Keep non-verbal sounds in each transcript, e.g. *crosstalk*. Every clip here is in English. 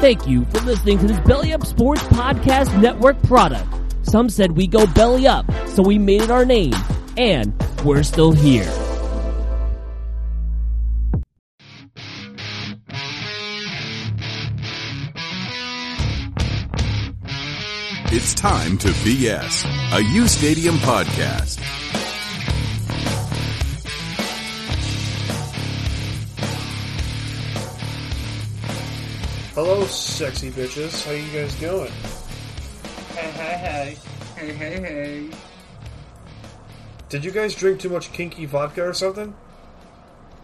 Thank you for listening to this Belly Up Sports Podcast Network product. Some said we go belly up, so we made it our name, and we're still here. It's time to BS, a U Stadium podcast. Hello, sexy bitches. How you guys doing? Hey, hey, hey. Hey, hey, hey. Did you guys drink too much kinky vodka or something?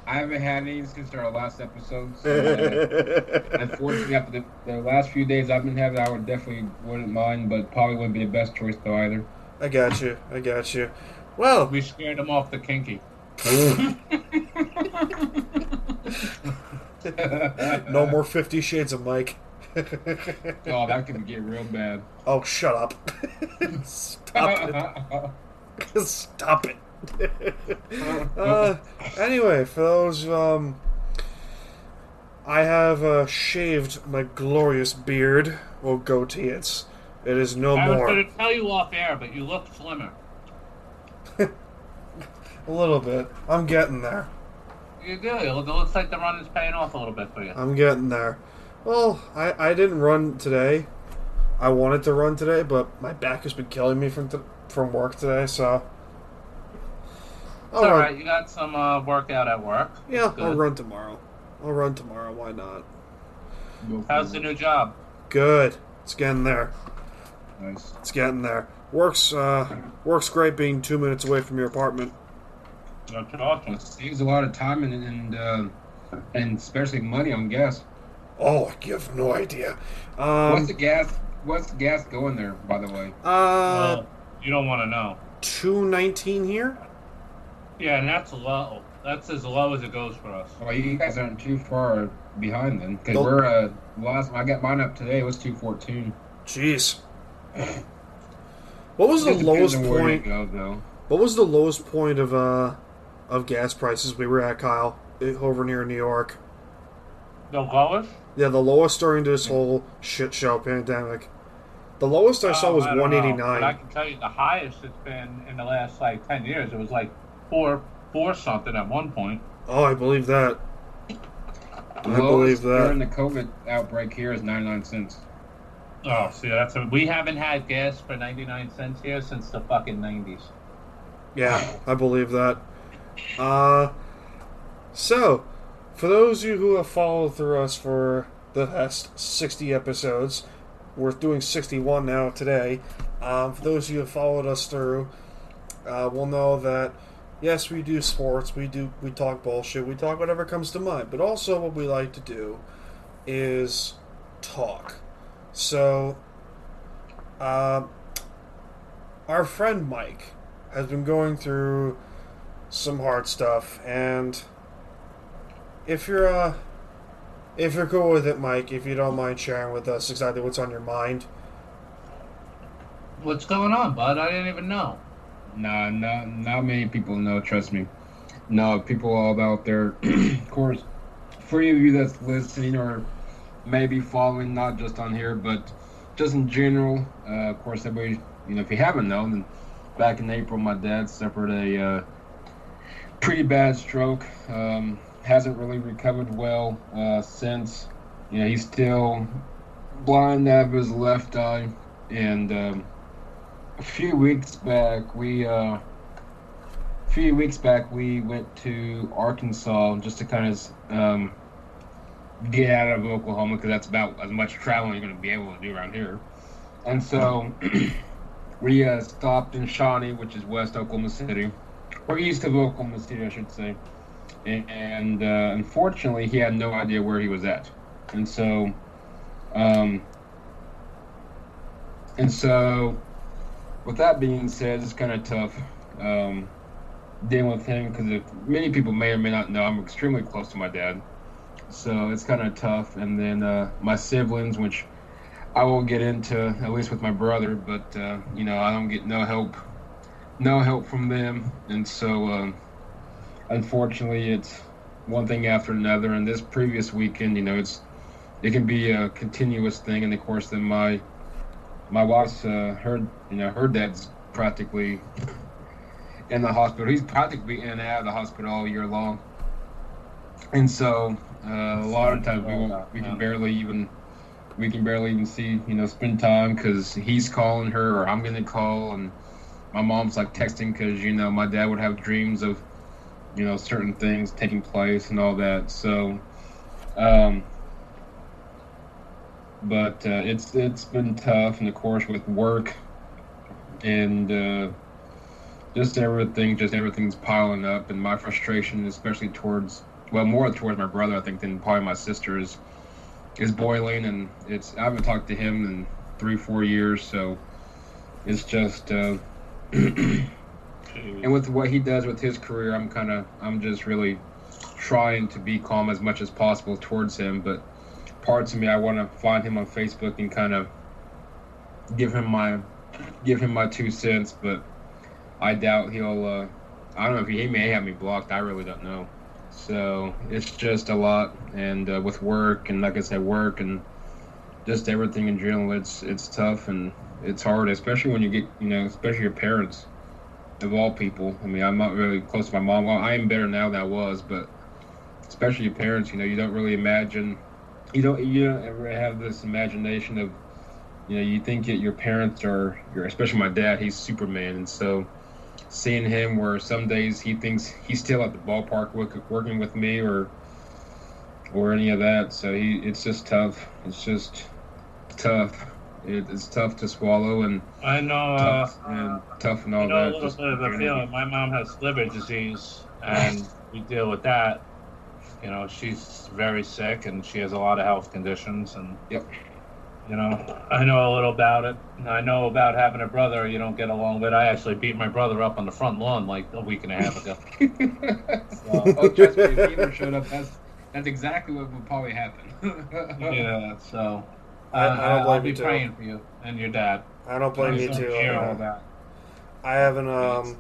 I haven't had any since our last episode. *laughs* So, uh, unfortunately, after the, the last few days I've been having, I would definitely wouldn't mind, but probably wouldn't be the best choice though either. I got you. I got you. Well, *laughs* We scared them off the kinky. *laughs* no more Fifty Shades of Mike. *laughs* Oh, that could get real bad. oh, shut up. *laughs* *laughs* Stop it. *laughs* Stop it. uh, anyway, for those, um, I have uh, shaved my glorious beard. Well, goatee, it's. It is no I was more. going to tell you off air, but you look slimmer. A little bit. I'm getting there. You do. It look- it looks like the run is paying off a little bit for you. I'm getting there. Well, I, I didn't run today. I wanted to run today, but my back has been killing me from t- from work today, so. I'll It's all run. right. You got some uh, workout at work. Yeah, That's I'll good. run tomorrow. I'll run tomorrow. Why not? How's the new job? Good. It's getting there. Nice. It's getting there. Works. Uh, works great being two minutes away from your apartment. That's awesome. Saves a lot of time and and, uh, and especially money on gas. Oh, I have no idea. Um, what's the gas? What's the gas going there? By the way, uh, Well, you don't want to know. two nineteen here. Yeah, and that's low. That's as low as it goes for us. well, you guys aren't too far behind then, because Nope. we're uh, last. I got mine up today. It was two fourteen. Jeez. What was the lowest point? Go, though. What was the lowest point of uh of gas prices we were at, Kyle, eh, over near New York? The lowest? Yeah, the lowest during Hmm. this whole shit show pandemic. The lowest I saw Oh, was don't know, one eighty but I nine. can tell you the highest it's been in the last like ten years. It was like four, four something at one point. Oh, I believe that. I believe Lowest During that. the COVID outbreak here is 99 cents. Oh, see, that's a, we haven't had gas for ninety nine cents here since the fucking nineties. Yeah, I believe that. Uh, so, for those of you who have followed through us for the past 60 episodes, we're doing 61 now today. Um, for those of you who have followed us through, uh, will know that yes, we do sports, we do we talk bullshit, we talk whatever comes to mind, but also what we like to do is talk. So, um, our friend Mike has been going through some hard stuff, and if you're uh, if you're cool with it, Mike, if you don't mind sharing with us exactly what's on your mind, What's going on, bud? I didn't even know. Nah, not not many people know. Trust me. No, people all out there. *clears throat* of course, for any of you that's listening or maybe following, not just on here, but just in general. Uh, of course, everybody. You know, if you haven't known, then back in April, my dad suffered a uh, pretty bad stroke. Um, hasn't really recovered well uh, since. You know, he's still blind out of his left eye, and. Um, a few weeks back we uh a few weeks back we went to arkansas just to kind of um get out of oklahoma because that's about as much traveling you're going to be able to do around here and so *clears throat* we uh stopped in shawnee which is west oklahoma city or east of oklahoma city i should say and, and uh, unfortunately he had no idea where he was at and so um and so with that being said, it's kind of tough um, dealing with him because if many people may or may not know, I'm extremely close to my dad, so it's kind of tough. And then uh, my siblings, which I won't get into, at least with my brother, but uh, you know I don't get no help, no help from them, and so um, unfortunately it's one thing after another. And this previous weekend, you know, it's it can be a continuous thing. And of course, then my my wife's uh, heard you know her dad's practically in the hospital. He's practically in and out of the hospital all year long. And so uh, a lot of times we won't, we can barely even we can barely even see you know spend time because he's calling her or I'm gonna call and my mom's like texting because you know my dad would have dreams of you know certain things taking place and all that so um but uh, it's it's been tough and of course with work and uh just everything just everything's piling up and my frustration especially towards well more towards my brother i think than probably my sister is is boiling and it's i haven't talked to him in three four years so it's just uh and with what he does with his career, I'm kind of I'm just really trying to be calm as much as possible towards him. But parts of me, I want to find him on Facebook and kind of give him my give him my two cents. But I doubt he'll. Uh, I don't know if he, he may have me blocked. I really don't know. So it's just a lot, and uh, with work and like I said, work and just everything in general, it's it's tough and it's hard, especially when you get you know, especially your parents of all people. I mean, I'm not really close to my mom. Well, I am better now than I was, but especially your parents. You know, you don't really imagine. You don't. You don't ever have this imagination of. You know, you think that your parents are. Your, especially my dad. He's Superman, and so seeing him where some days he thinks he's still at the ballpark work, working with me or or any of that. So he. It's just tough. It's just tough. It, it's tough to swallow and I know. Uh, tough and tough and all you know a Oh, that. little just bit of a everything. feeling. My mom has liver disease, and we deal with that. You know, she's very sick, and she has a lot of health conditions, and Yep. You know, I know a little about it. and I know about having a brother you don't get along with. I actually beat my brother up on the front lawn like a week and a half *laughs* ago. So, oh, trust me, if he ever showed up, that's that's exactly what would probably happen. *laughs* yeah, so I- I don't uh, I'll blame be you, too. praying for you and your dad. I don't blame you Please too. don't share all Uh, that. I haven't. Um,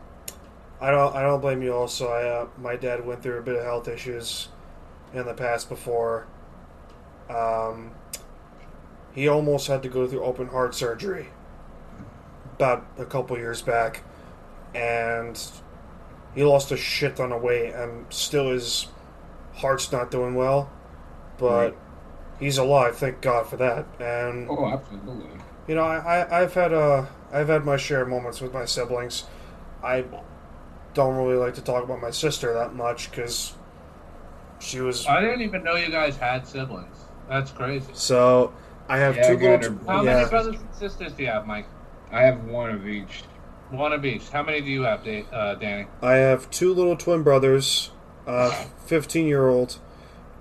I don't. I don't blame you. Also, I uh, my dad went through a bit of health issues in the past before. Um, he almost had to go through open heart surgery about a couple years back, and he lost a shit ton of weight, and still his heart's not doing well, but Right. he's alive. Thank God for that. And Oh, absolutely. you know, I, I I've had uh I've had my share of moments with my siblings. I don't really like to talk about my sister that much because she Uh, was I didn't even know you guys had siblings. That's crazy. so. I have Yeah, two I got little. her. How yeah, many brothers and sisters do you have, Mike? I have one of each. One of each. How many do you have, Da- uh, Danny? I have two little twin brothers, *laughs* uh, fifteen year old,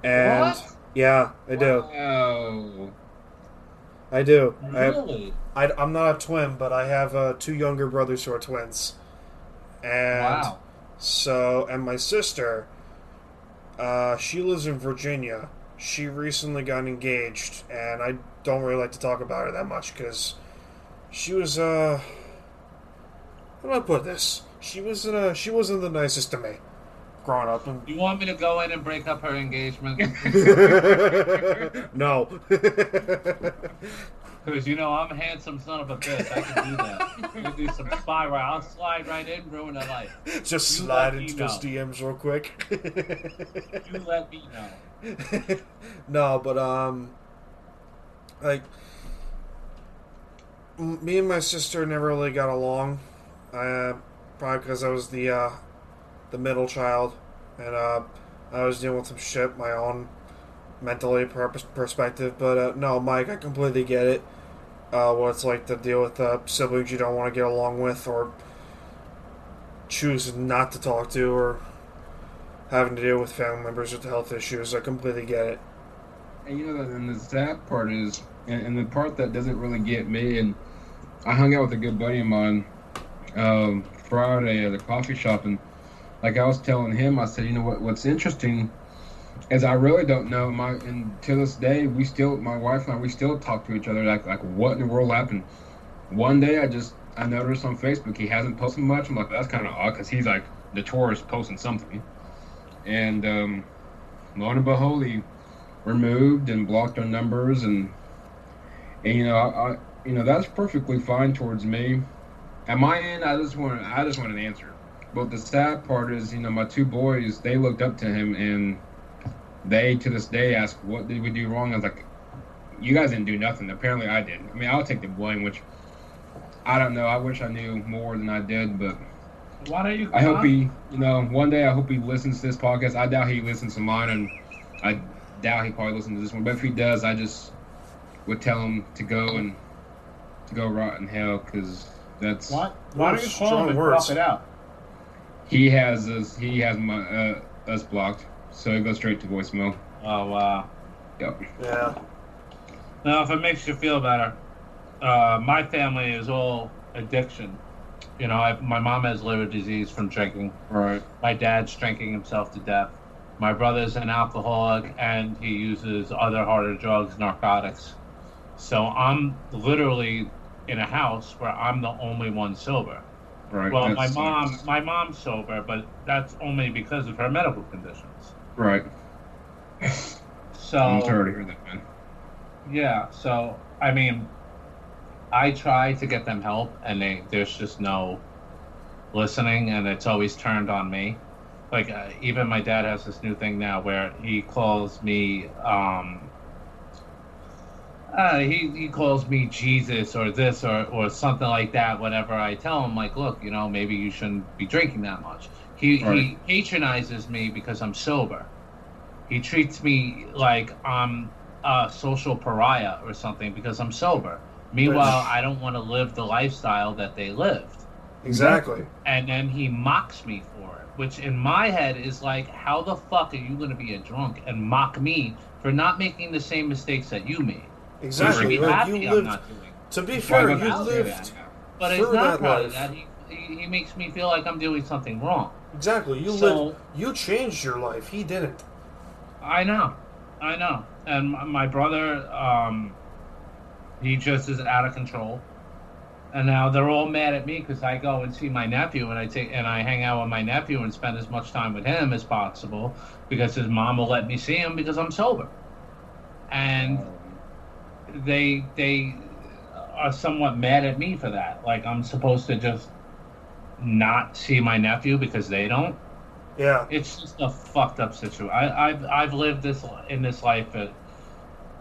and What? yeah, I do, Wow. I do. Really? I, I, I'm not a twin, but I have uh, two younger brothers who are twins, and Wow. So, and my sister, uh, she lives in Virginia. She recently got engaged, and I don't really like to talk about her that much because she was, uh, how do I put this? She wasn't, uh, she wasn't the nicest to me growing *laughs* up. *laughs* And... You want me to go in and break up her engagement? no. *laughs* Because you know I'm a handsome son of a bitch. I can do that. I can do some spiral. I'll slide right in, ruin her life. Just You slide let me into those know. DMs real quick. *laughs* You let me know. no, but um, like m- me and my sister never really got along. Uh, probably because I was the uh, the middle child, and uh, I was dealing with some shit my own mentally per- perspective. But uh, no, Mike, I completely get it. Uh, what it's like to deal with uh, siblings you don't want to get along with, or choose not to talk to, or having to deal with family members with health issues. I completely get it. And you know, and the sad part is, and, and the part that doesn't really get me, and I hung out with a good buddy of mine um, Friday at a coffee shop, and like I was telling him, I said, you know what? What's interesting is I really don't know. My and to this day, we still, my wife and I, we still talk to each other. Like, like what in the world happened? One day, I just I noticed on Facebook he hasn't posted much. I'm like, that's kind of odd because he's like notorious posting something, and um, lo and behold, he removed and blocked our numbers, and, and you know, I, I, you know that's perfectly fine towards me. At my end, I just want I just want an answer. But the sad part is, you know, my two boys they looked up to him, and they to this day ask, "What did we do wrong?" I was like, "You guys didn't do nothing. Apparently, I did. I mean, I'll take the blame, which." I don't know. I wish I knew more than I did, but Why don't you? I hope he, you know, one day I hope he listens to this podcast. I doubt he listens to mine, and I doubt he probably listens to this one. But if he does, I just would tell him to go and to go rot in hell because that's Why, why don't you Those call strong him and words. words. it out? he has us. He has my uh, us blocked, so it goes straight to voicemail. Oh wow. Yep. Yeah. Now, if it makes you feel better, uh, my family is all addiction. You know, I, my mom has liver disease from drinking. Right. My dad's drinking himself to death. My brother's an alcoholic and he uses other harder drugs, narcotics. So I'm literally in a house where I'm the only one sober. Right. Well, my that's- mom, my mom's sober, but that's only because of her medical conditions. Right. So I'm sorry to hear that, man. Yeah, so I mean, I try to get them help, and they there's just no listening, and it's always turned on me. Like uh, even my dad has this new thing now where he calls me, um, uh, he he calls me Jesus or this or or something like that. Whenever I tell him, like, look, you know, maybe you shouldn't be drinking that much. He he Right. patronizes me because I'm sober. He treats me like I'm a social pariah or something because I'm sober. Meanwhile, I don't want to live the lifestyle that they lived. Exactly. And then he mocks me for it, which in my head is like, how the fuck are you going to be a drunk and mock me for not making the same mistakes that you made? You should Exactly. be Like, happy you I'm lived. not doing it. To be Why fair, would you I do lived. that? But Through it's that not proud life. of that. He, he, he makes me feel like I'm doing something wrong. Exactly. You So- lived. You changed your life. He didn't. I know, I know. And my- my brother, um, he just is out of control. And now they're all mad at me because I go and see my nephew, and I take and I hang out with my nephew and spend as much time with him as possible because his mom will let me see him because I'm sober. And they they are somewhat mad at me for that. Like I'm supposed to just not see my nephew because they don't Yeah. it's just a fucked up situation. I, I've I've lived this in this life, uh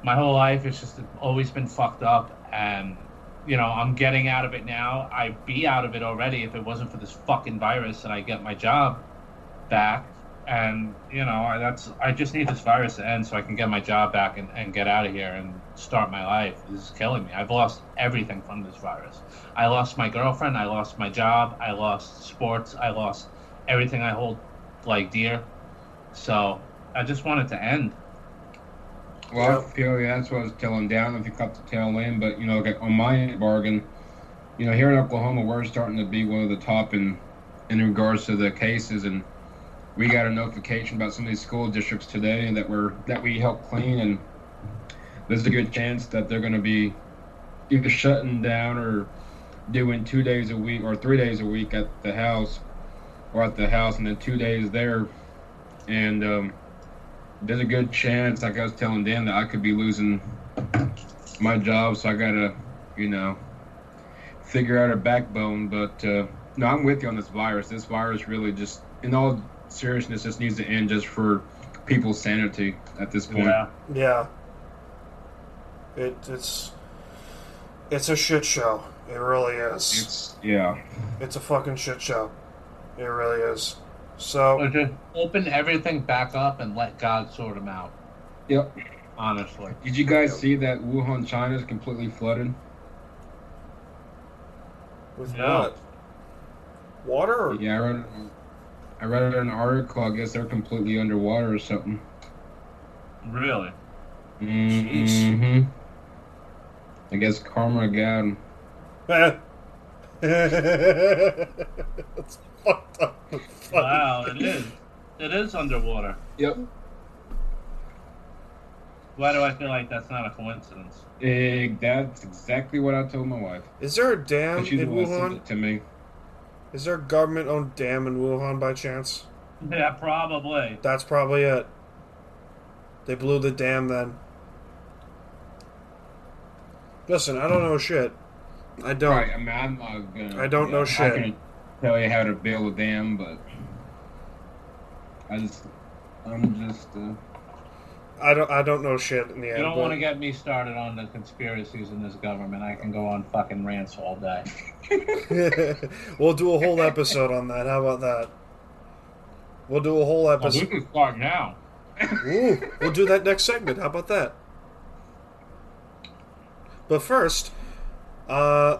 my whole life. It's just always been fucked up, and you know I'm getting out of it now. I'd be out of it already if it wasn't for this fucking virus, and I get my job back. And you know I, that's I just need this virus to end so I can get my job back and, and get out of here and start my life. This is killing me. I've lost everything from this virus. I lost my girlfriend. I lost my job. I lost sports. I lost everything I hold like dear. So I just want it to end. Well, Yeah. I feel you. That's what I was telling down if you cut the tail end. But, you know, okay, on my end, bargain, you know, here in Oklahoma, we're starting to be one of the top in, in regards to the cases. And we got a notification about some of these school districts today that we're that we help clean. And there's a good chance that they're going to be either shutting down or doing two days a week or three days a week at the house or at the house and then two days there. And, um, there's a good chance, like I was telling Dan, that I could be losing my job, so I gotta, you know, figure out a backbone. But uh, no, I'm with you on this virus. This virus really just, in all seriousness, just needs to end just for people's sanity at this point. Yeah. It, it's. It's a shit show. It really is. It's yeah, It's a fucking shit show. It really is. So Or just open everything back up and let God sort them out. yep. Honestly, Did you guys see that Wuhan, China is completely flooded? with Yeah. what? Water? Or, Yeah, I read, I read an article. I guess they're completely underwater or something. really. *laughs* Mm-hmm. I guess karma God. *laughs* That's fucked up. Wow, it is. It is underwater. Yep. Why do I feel like that's not a coincidence? *laughs* Eh, that's exactly what I told my wife. Is there a dam But she's the in one that sent Wuhan? it to me. Is there a government owned dam in Wuhan by chance? Yeah, probably. That's probably it. They blew the dam then. Listen, I don't know shit. I don't. Right, I mean, I'm not gonna. I don't know shit. I can tell you how to build a dam, but I just, I'm just. Uh, I don't. I don't know shit in the end. You don't but- want to get me started on the conspiracies in this government. I can go on fucking rants all *laughs* day. *laughs* we'll do a whole episode on that. How about that? We'll do a whole Well, we episode. can start oh now. Ooh, we'll do that next segment. How about that? But first, uh,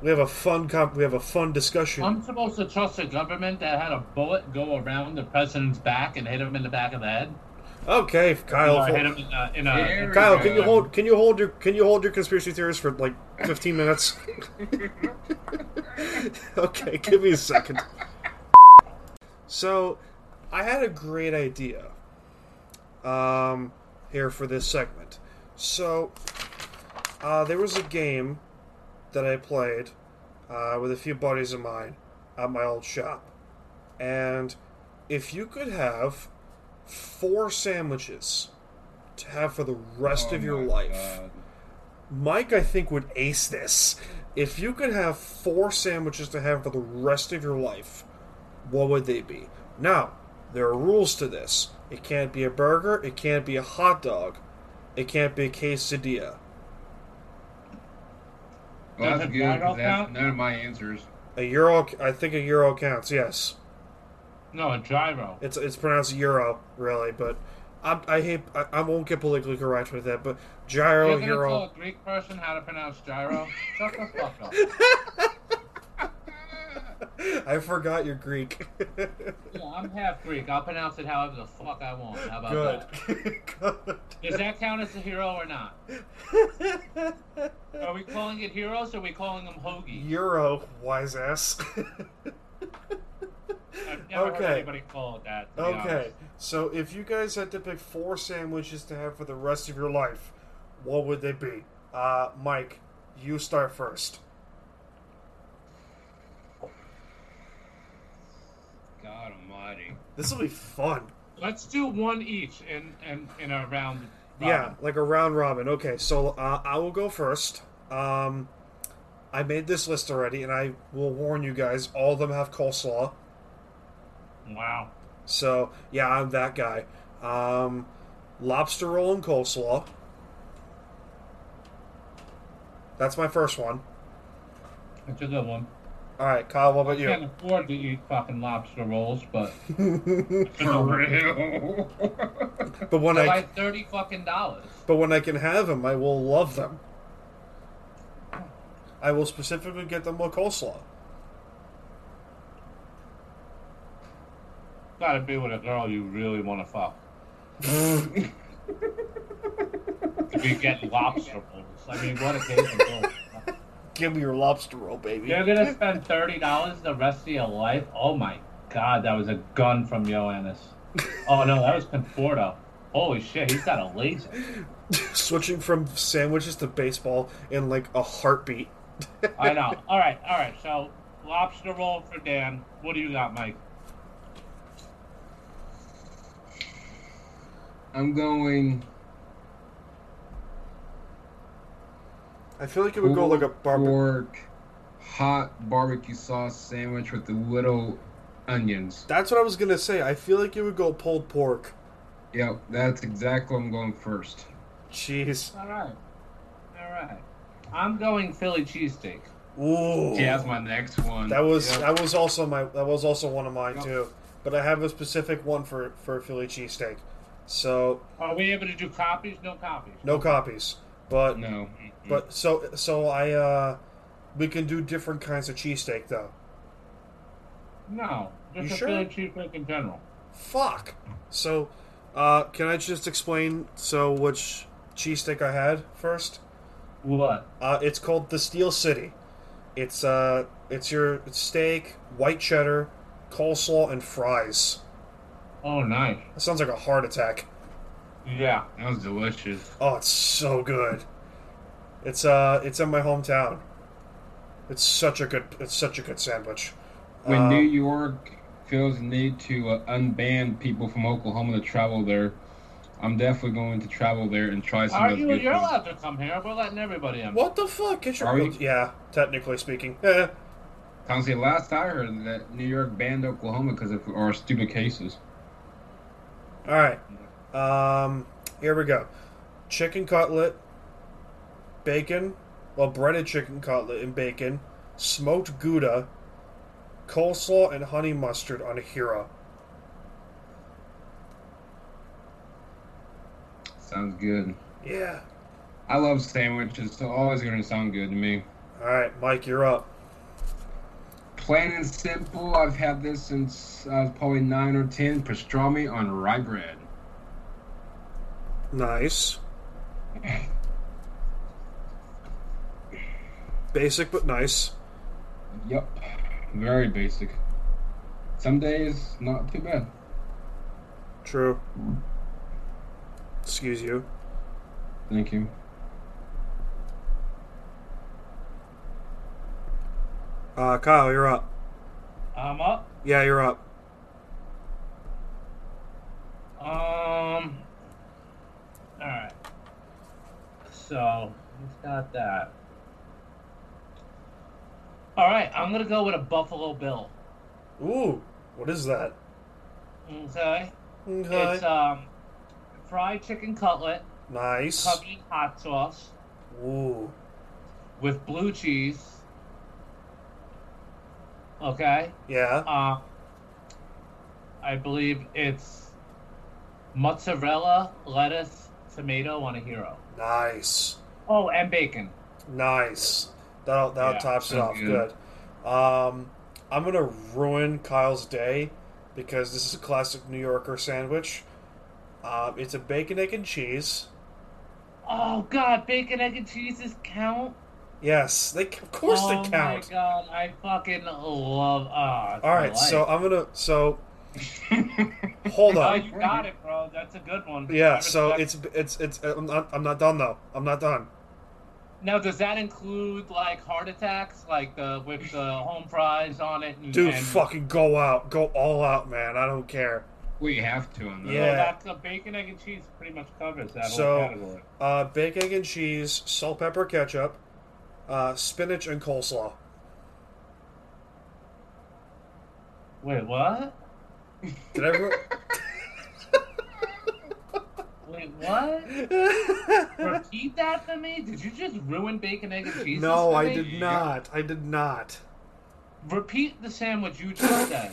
we have a fun comp- we have a fun discussion. I'm supposed to trust a government that had a bullet go around the president's back and hit him in the back of the head, okay, Kyle. or hold- hit him in uh, a. In a There Kyle, we can you go. hold can you hold your can you hold your conspiracy theories for like 15 minutes? *laughs* okay, give me a second. So, I had a great idea um, here for this segment. So, uh, there was a game that I played uh, with a few buddies of mine at my old shop, and if you could have four sandwiches to have for the rest oh of your my life. God. Mike, I think, would ace this. If you could have four sandwiches to have for the rest of your life, what would they be? Now, there are rules to this. It can't be a burger, it can't be a hot dog, it can't be a quesadilla. Well, Does that's it good. matter 'cause That's count? none of my answers. A euro, I think a euro counts, yes. no, a gyro. It's it's pronounced euro, really, but I, I hate, I, I won't get politically correct with that, but gyro, You're gonna tell euro. a Greek person how to pronounce gyro? Shut the fuck up. *laughs* I forgot you're Greek. *laughs* Yeah, I'm half Greek. I'll pronounce it however the fuck I want. How about Good. that? Good. Does that count as a hero or not? Are we calling it heroes or are we calling them hoagie? *laughs* Euro, wise ass. *laughs* I've never Okay. heard anybody call it that. to be okay, honest. so if you guys had to pick four sandwiches to have for the rest of your life, what would they be? Uh, Mike, you start first. *laughs* God Almighty. This will be fun. Let's do one each in, in, in a round. Yeah, robin. like a round robin. Okay, so uh, I will go first. Um, I made this list already, and I will warn you guys, all of them have coleslaw. Wow. So, yeah, I'm that guy. Um, lobster roll and coleslaw. That's my first one. That's a good one. All right, Kyle, what about Can't you? afford to eat fucking lobster rolls, but For real. *laughs* But when they're I like thirty fucking dollars. but when I can have them, I will love them. I will specifically get them with coleslaw. Gotta be with a girl you really want to *laughs* fuck. If you get lobster rolls, I mean, what a case *laughs* of Give me your lobster roll, baby. You're gonna spend thirty dollars the rest of your life. Oh my god, that was a gun from Ioannis. Oh no, that was Conforto. Holy shit, he's got a laser. Switching from sandwiches to baseball in like a heartbeat. I know. All right, all right. So lobster roll for Dan. What do you got, Mike? I'm going. I feel like it would go like a barbecue. pork, hot barbecue sauce sandwich with the little onions. That's what I was gonna say. I feel like it would go pulled pork. Yep, that's exactly what I'm going first. Jeez. All right, all right. I'm going Philly cheesesteak. Ooh. Yeah, that's my next one. That was Yep. that was also my that was also one of mine Yep. too. But I have a specific one for for Philly cheesesteak. So Are we able to do copies? No copies. no copies. But no. but so so I uh we can do different kinds of cheesesteak though. No. Just You a sure? Philly cheesesteak in general. Fuck. So uh can I just explain so which cheesesteak I had first? What? Uh it's called the Steel City. It's uh it's your steak, white cheddar, coleslaw and fries. Oh, nice. That sounds like a heart attack. Yeah. that was delicious. Oh, it's so good. It's uh, it's in my hometown. It's such a good, it's such a good sandwich. When Um, New uh, York feels the need to uh, unban people from Oklahoma to travel there, I'm definitely going to travel there and try some. Are of those you? good You're foods. allowed to come here. We're letting everybody in. What the fuck? Get your Are you- yeah. Technically speaking, Eh. Honestly, last I heard that New York banned Oklahoma because of our stupid cases. All right. Um, here we go. Chicken cutlet, bacon, well, breaded chicken cutlet and bacon, smoked gouda, coleslaw and honey mustard on a hero. Sounds good. Yeah. I love sandwiches, so always going to sound good to me. All right, Mike, you're up. Plain and simple, I've had this since I was probably 9 or 10 pastrami on rye bread. Nice. Basic but nice. Yep. Very basic. Some days, not too bad. True. Excuse you. Thank you. Uh, Kyle, you're up. I'm up. Yeah, you're up. Um. All right. So we've got that. All right, I'm gonna go with a Buffalo Bill. Ooh, what is that? Okay. Okay. It's um, fried chicken cutlet nice. covered in hot sauce Ooh. with blue cheese. Okay. Yeah. Uh, I believe it's mozzarella, lettuce, tomato on a hero. Nice. Oh, and bacon. Nice. That that Yeah, tops it sounds off. Good. good. Um, I'm gonna ruin Kyle's day because this is a classic New Yorker sandwich. Um, it's a bacon, egg, and cheese. Oh God, bacon, egg, and cheeses count. Yes, they c- of course oh, they count. my God, I fucking love. ah, it's All my right, so life. I'm gonna *laughs* so hold Oh, on. you got it, bro. That's a good one. Yeah, I so respect- it's it's it's uh, I'm not I'm not done though. I'm not done. now. Does that include like heart attacks, like the with the home fries on it? And, Dude, and- fucking go out, go all out, man. I don't care. we have to on that. So Yeah. that's a bacon, egg, and cheese. Pretty much covers that So- whole category. Uh, baked egg and cheese, salt, pepper, ketchup, uh, spinach, and coleslaw. Wait, what? Did everyone? Wait, what? *laughs* Repeat that to me? Did you just ruin bacon, egg, and cheese? no, for I me? did not. I did not. Repeat the sandwich *laughs* you just said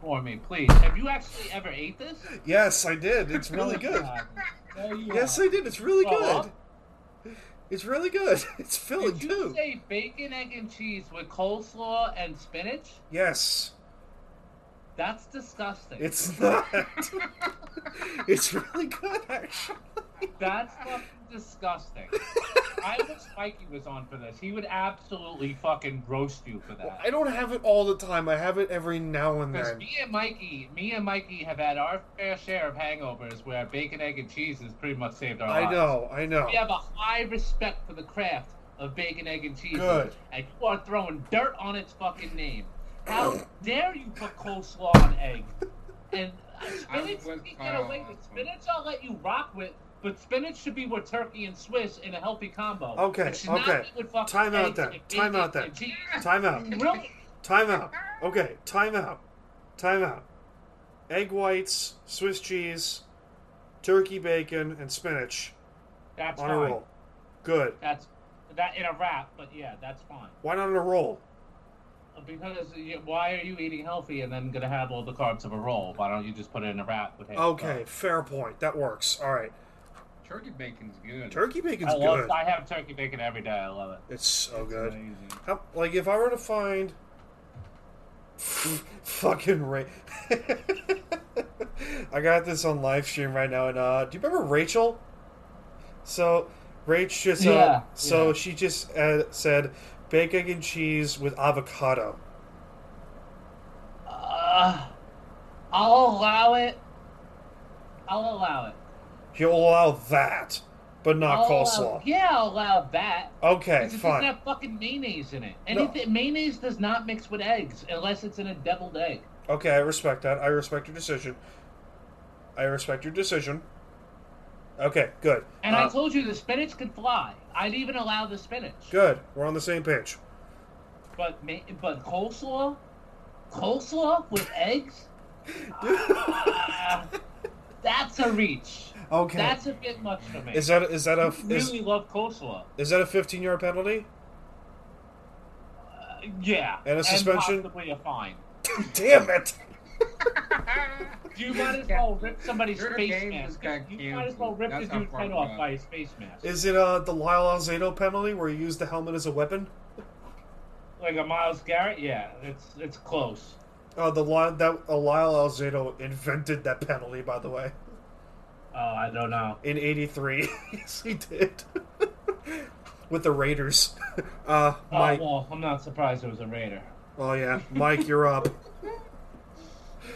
for me, please. Have you actually ever ate this? Yes, I did. It's really *laughs* Oh, good. God. There you Yes, are. I did. It's really Oh. good. It's really good. *laughs* It's filling Did you too. say bacon, egg, and cheese with coleslaw and spinach? Yes, That's disgusting. *laughs* it's not. *laughs* it's really good, actually. That's fucking *laughs* disgusting. I wish Mikey was on for this. He would absolutely fucking roast you for that. I don't have it all the time. I have it every now and Because then. me and Mikey, me and Mikey have had our fair share of hangovers where bacon, egg, and cheese has pretty much saved our lives. I know. I know. We have a high respect for the craft of bacon, egg, and cheese. Good. And you are throwing dirt on its fucking name. How dare you put coleslaw on egg? And uh, spinach, was you can get away with Kyle. spinach. I'll let you rock with. But spinach should be with turkey and Swiss in a healthy combo. Okay, It should not okay. be with fucking Time out eggs then. and Time bacon out then. and cheese. Time out. Really? Time out. Okay, time out. Time out. Egg whites, Swiss cheese, turkey bacon, and spinach That's on a fine. roll. Good. That's that in a wrap, but yeah, that's fine. Why not on a roll? Because you, why are you eating healthy and then gonna have all the carbs of a roll? Why don't you just put it in a wrap with half the Okay, fair point. That works. All right. Turkey bacon's good. Turkey carbs? bacon's I love. good. I have turkey bacon every day. I love it. It's so It's good. amazing. How, like, if I were to find. *laughs* Fucking Ray. *laughs* I got this on live stream right now, and uh, do you remember Rachel? So, Rach just uh, Yeah, so yeah. she just uh, said, "Bake egg and cheese with avocado." Uh, I'll allow it. I'll allow it. You'll allow that, but not I'll coleslaw. Allow, yeah, I'll allow that. Okay, Because it doesn't fine. have fucking mayonnaise in it. Anything mayonnaise does not mix with eggs unless it's in a deviled egg. Okay, I respect that. I respect your decision. I respect your decision. Okay, good. And Uh, I told you the spinach could fly. I'd even allow the spinach. good. We're on the same page. But ma- but coleslaw, coleslaw with eggs. Ah, that's a reach. Okay. That's a bit much for me. is that is that a I is, really love coleslaw. is that a 15 yard penalty? *laughs* Uh, yeah. And a suspension? And possibly a fine. Damn it! You might as well rip somebody's Ah. Your space game mask. just got You might as well canceled. rip That's the how dude's far head we off got. by his space mask. Is it uh the Lyle Alzado penalty where you use the helmet as a weapon? like a Miles Garrett? Yeah, it's it's close. Uh, the Lyle that uh, Lyle Alzado invented that penalty, by the way, Oh, I don't know. in '83. *laughs* yes, he did. *laughs* With the Raiders. *laughs* Uh, Oh, Mike. well, I'm not surprised it was a Raider. Oh yeah, Mike, you're up.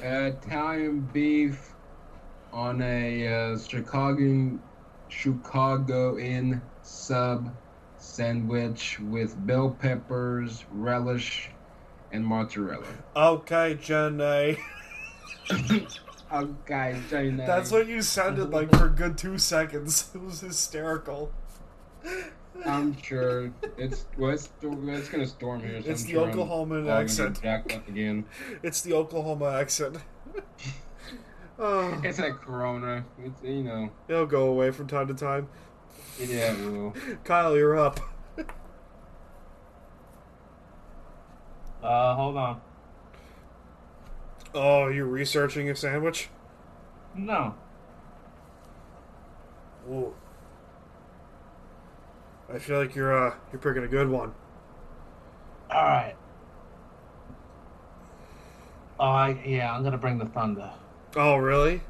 Italian beef on a uh, Chicago Chicagoan sub sandwich with bell peppers, relish, and mozzarella. Okay, Jenny. Oh, Okay, Jane. That's what you sounded like for a good two seconds. *laughs* It was hysterical. I'm sure it's well, it's, it's gonna storm here. So It's I'm the sure I'm Oklahoman all gonna get accent. jacked up again. It's the Oklahoma accent. *laughs* oh, It's like Corona. It's you know, it'll go away from time to time. yeah, it will. Kyle, you're up. *laughs* Uh, hold on. Oh, you're researching a sandwich? No. Ooh. I feel like you're uh you're picking a good one. All right. Oh, I, yeah, I'm gonna bring the thunder. Oh, really?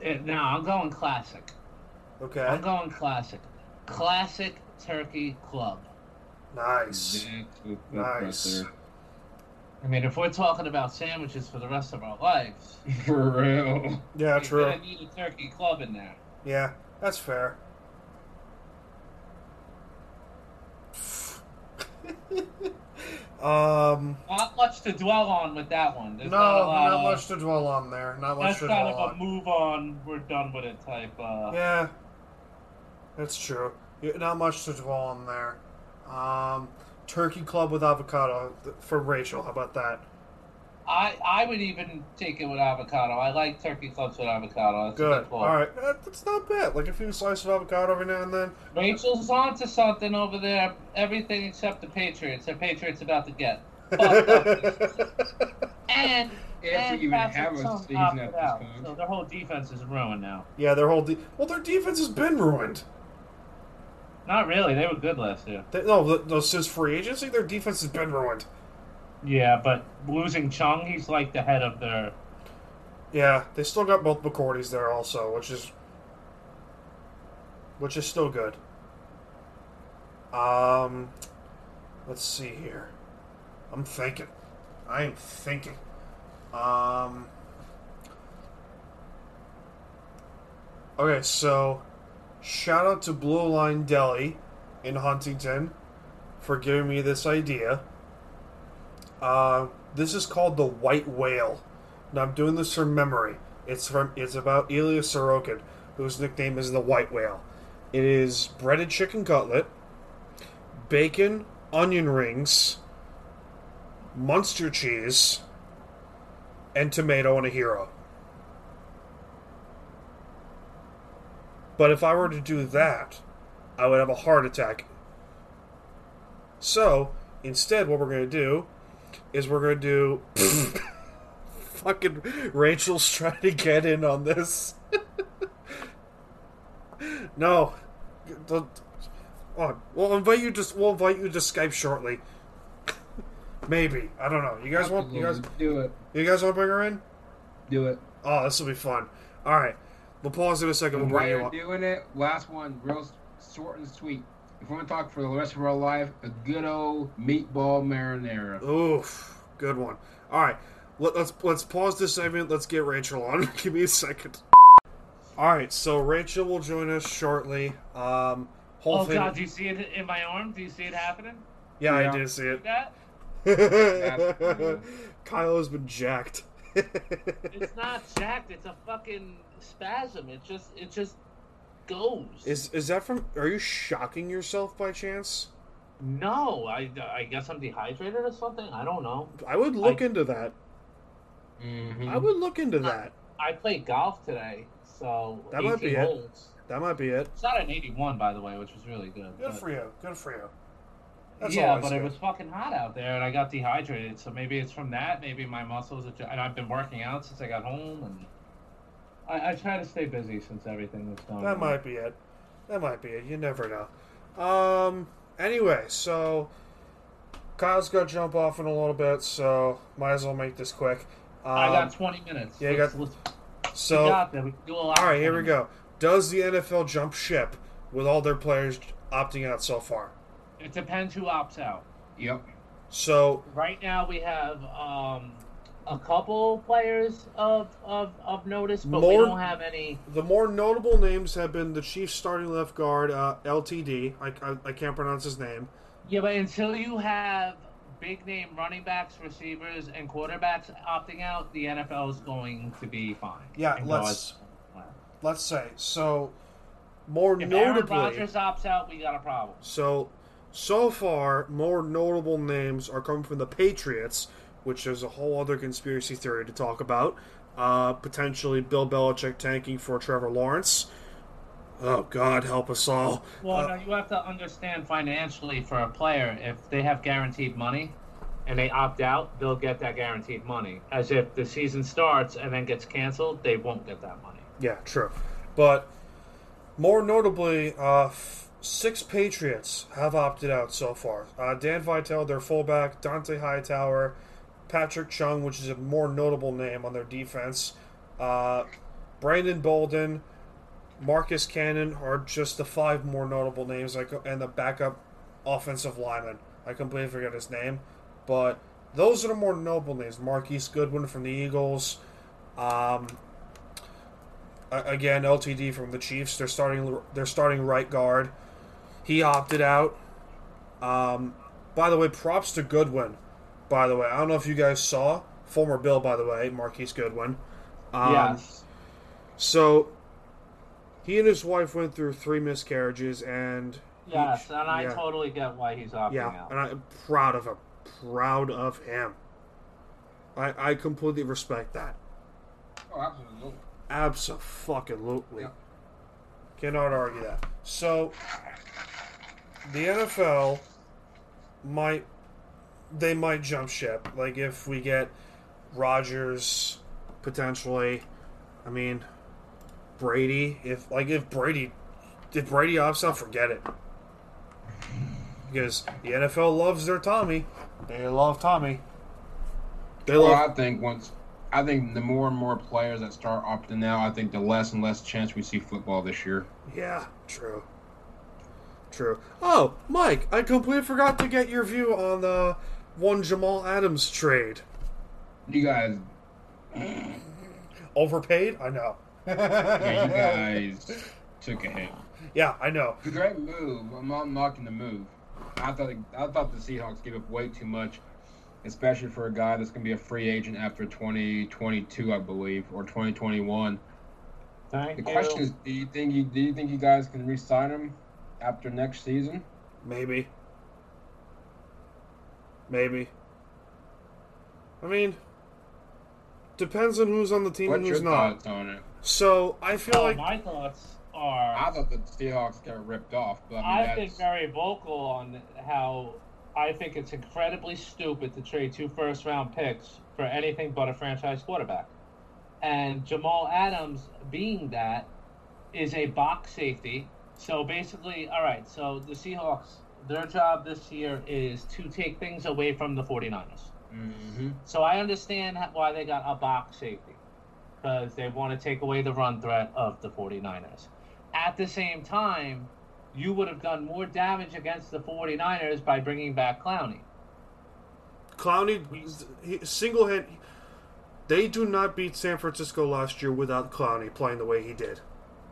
It, Eh, no, I'm going classic. Okay. I'm going classic. Classic Turkey Club. Nice. That's what- Nice. that's right I mean, if we're talking about sandwiches for the rest of our lives, there. For real. Yeah, you're true. gonna need a Turkey Club in there. Yeah, that's fair. *laughs* um Not much to dwell on with that one. There's no, not, a lot not of- much to dwell on there. Not much That's to kind dwell of a on. move on. We're done with it type. Uh, Yeah, that's true. Yeah, Not much to dwell on there. Um, turkey club with avocado th- for Rachel. How about that? I I would even take it with avocado. I like turkey clubs with avocado. That's a Good. call. All right, That- that's not bad. Like a few slices of avocado every now and then. Rachel's onto something over there. Everything except the Patriots. The Patriots about to get. fucked up. and If we and even Patrick have a Chung season opted at this out, point. so their whole defense is ruined now. *laughs* yeah, their whole de- well, their defense has been ruined. Not really. They were good last year. They, no, th- no, since free agency, their defense has been ruined. Yeah, but losing Chung, he's like the head of their. Yeah, they still got both McCourties there also, which is which is still good. Um, let's see here. I'm thinking. I am thinking. Um. Okay, so shout out to Blue Line Deli in Huntington for giving me this idea. Uh, this is called the White Whale. Now I'm doing this from memory. It's from it's about Ilya Sorokin, whose nickname is the White Whale. It is breaded chicken cutlet, bacon, onion rings, Munster cheese, and tomato and a hero. But if I were to do that, I would have a heart attack. So instead, what we're going to do is we're going to do *laughs* fucking Rachel's trying to get in on this. *laughs* no, Don't- oh, we'll invite you. Just we'll invite you to Skype shortly. *laughs* Maybe I don't know. You guys want you guys do it. you guys want to bring her in? Do it. Oh, this will be fun. All right, we'll pause in a second. We'll While bring you you're up. doing it, last one, real s- short and sweet. If we want to talk for the rest of our life, a good old meatball marinara. Oof, good one. All right, let, let's let's pause this segment. Let's get Rachel on. *laughs* Give me a second. All right, so Rachel will join us shortly. Um, whole Oh thing. God! Do you see it in my arm? Do you see it happening? yeah, I *laughs* Yeah. did see it. That *laughs* cool. Kyle has been jacked. It's not jacked. It's a fucking spasm. It just it just goes. *laughs* is is that from? Are you shocking yourself by chance? no, I, I guess I'm dehydrated or something. I don't know. I would look I- into that. Mhm. I would look into that. I played golf today, so That might be 18 it. holes. That might be it. It's not an 81, by the way, which was really good. Good but- for you. Good for you. yeah, always but it good. was fucking hot out there, and I got dehydrated. So maybe it's from that. Maybe my muscles, are, ju- and I've been working out since I got home, and I, I try to stay busy since everything was going. That on. might be it. That might be it. You never know. Um. Anyway, so Kyle's gonna jump off in a little bit, so might as well make this quick. Um, I got 20 minutes. yeah, you Let's- got- let's- so we got that. We can do a lot. all right, in here we 20 go. Does the NFL jump ship with all their players opting out so far? minutes. It depends who opts out. Yep. So Right now, we have um, a couple players of of, of notice, but More- we don't have any. the more notable names have been the Chiefs starting left guard, uh, LTD. I, I, I can't pronounce his name. Yeah, but until you have big name running backs, receivers, and quarterbacks opting out, the NFL is going to be fine. Yeah, And let's- go as- Let's say so. More If Aaron notably, Rodgers opts out, we got a problem. So, so far, more notable names are coming from the Patriots, which is a whole other conspiracy theory to talk about. Uh, potentially Bill Belichick tanking for Trevor Lawrence. Oh, God, help us all. Uh, Well, no, you have to understand financially for a player if they have guaranteed money and they opt out, they'll get that guaranteed money. As if the season starts and then gets canceled, they won't get that money. Yeah, true. But more notably, uh, f- six Patriots have opted out so far. Uh, Dan Vitale, their fullback, Dante Hightower, Patrick Chung, which is a more notable name on their defense, uh, Brandon Bolden, Marcus Cannon are just the five more notable names, like and the backup offensive lineman. I completely forget his name, but those are the more notable names. Marquise Goodwin from the Eagles. Um, a- again LTD from the Chiefs. They're starting they're starting right guard. He opted out. Um, by the way, props to Goodwin. By the way, I don't know if you guys saw former Bill. By the way, Marquise Goodwin. Um, yes. So he and his wife went through three miscarriages, and Yes, and I yeah. totally get why he's opting yeah, out. and I'm proud of him. Proud of him. I I completely respect that. Oh, absolutely. Absolutely. Yeah. Cannot argue that. So, the NFL might they might jump ship. Like if we get Rodgers potentially, I mean Brady. If like if Brady if Brady opts out, forget it. Because the NFL loves their Tommy. They love Tommy. They Well, love I think once, I think the more and more players that start opting out, I think the less and less chance we see football this year. Yeah, true. True. Oh, Mike, I completely forgot to get your view on the one Jamal Adams trade. You guys, Overpaid? I know. yeah, *laughs* you guys took a hit. *laughs* Yeah, I know. It's a great move. I'm not knocking the move. I thought I thought the Seahawks gave up way too much, especially for a guy that's going to be a free agent after 2022, I believe, or 2021. Thank The you. question is, do you think you do you think you guys can re-sign him after next season? Maybe. Maybe. I mean, depends on who's on the team What's and your who's not. thoughts on it? So I feel Oh, like my thoughts are I thought the Seahawks got ripped off, but I mean, I've been that's- very vocal on how I think it's incredibly stupid to trade two first round picks for anything but a franchise quarterback. And Jamal Adams being that is a box safety. So basically, all right, so the Seahawks, their job this year is to take things away from the 49ers. Mhm. So I understand h- why they got a box safety because they want to take away the run threat of the 49ers. At the same time, you would have done more damage against the 49ers by bringing back Clowney. Clowney he- single hand. They do not beat San Francisco last year without Clowney playing the way he did.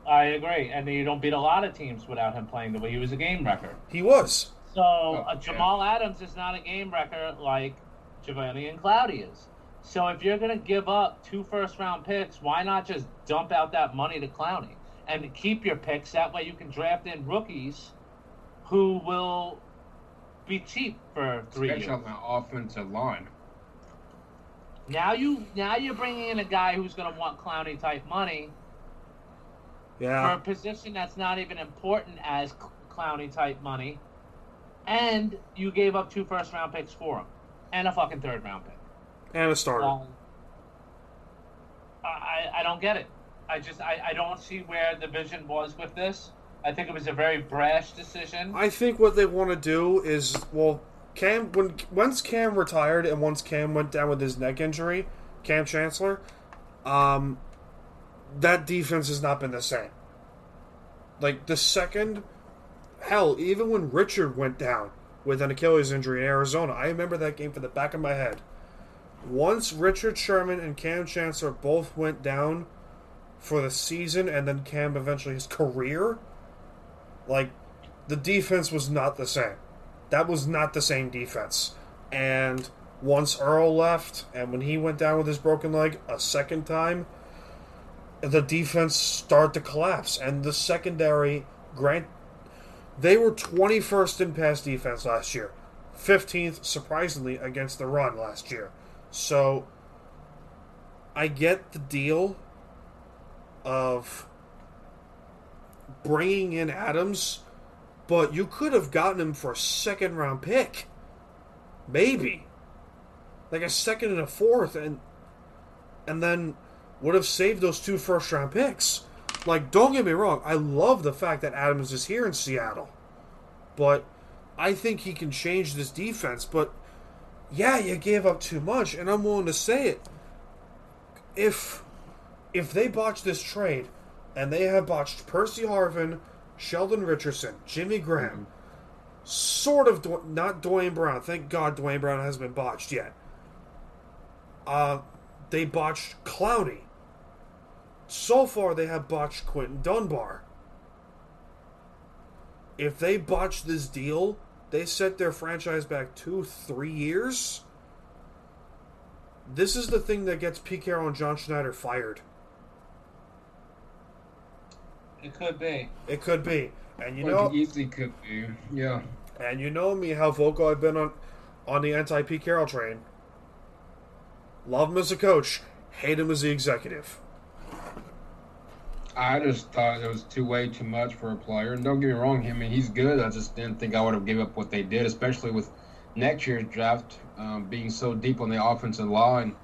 I agree. And you don't beat a lot of teams without him playing the way he was a game wrecker. He was. So uh, yeah. Jamal Adams is not a game wrecker like Giovanni and Cloudy is. So if you're going to give up two first round picks, why not just dump out that money to Clowney and keep your picks? That way you can draft in rookies who will be cheap for three Especially years. on the offensive line. Now you now you're bringing in a guy who's going to want Clowney type money for a Yeah. position that's not even important as Cl- Clowney type money, and you gave up two first round picks for him and a fucking third round pick. And a starter. Um, I- I, I don't get it. I just I, I don't see where the vision was with this. I think it was a very brash decision. I think what they want to do is well, Cam when once Cam retired and once Cam went down with his neck injury, Cam Chancellor, um, that defense has not been the same. Like the second, hell, even when Richard went down with an Achilles injury in Arizona, I remember that game for the back of my head. Once Richard Sherman and Cam Chancellor both went down for the season, and then Cam eventually his career, like the defense was not the same. That was not the same defense. And once Earl left, and when he went down with his broken leg a second time, the defense started to collapse. And the secondary, Grant, they were 21st in pass defense last year, 15th, surprisingly, against the run last year. So I get the deal of bringing in Adams but you could have gotten him for a second round pick. Maybe. Like a second and a fourth and and then would have saved those two first round picks. Like don't get me wrong, I love the fact that Adams is here in Seattle. But I think he can change this defense, but yeah, you gave up too much and I'm willing to say it. If if they botch this trade, and they have botched Percy Harvin, Sheldon Richardson, Jimmy Graham, sort of Dw- not Dwayne Brown. Thank God Dwayne Brown hasn't been botched yet. Uh, they botched Clowney. So far, they have botched Quentin Dunbar. If they botch this deal, they set their franchise back two, three years. This is the thing that gets Pete Carroll and John Schneider fired. it could be. It could be. And you Like, know, easily could be. Yeah. and you know me how vocal I've been on on the anti Pete Carroll train. Love him as a coach, hate him as the executive. I just thought it was too way too much for a player. And don't get me wrong, I mean he's good. I just didn't think I would have given up what they did, especially with next year's draft um, being so deep on the offensive line.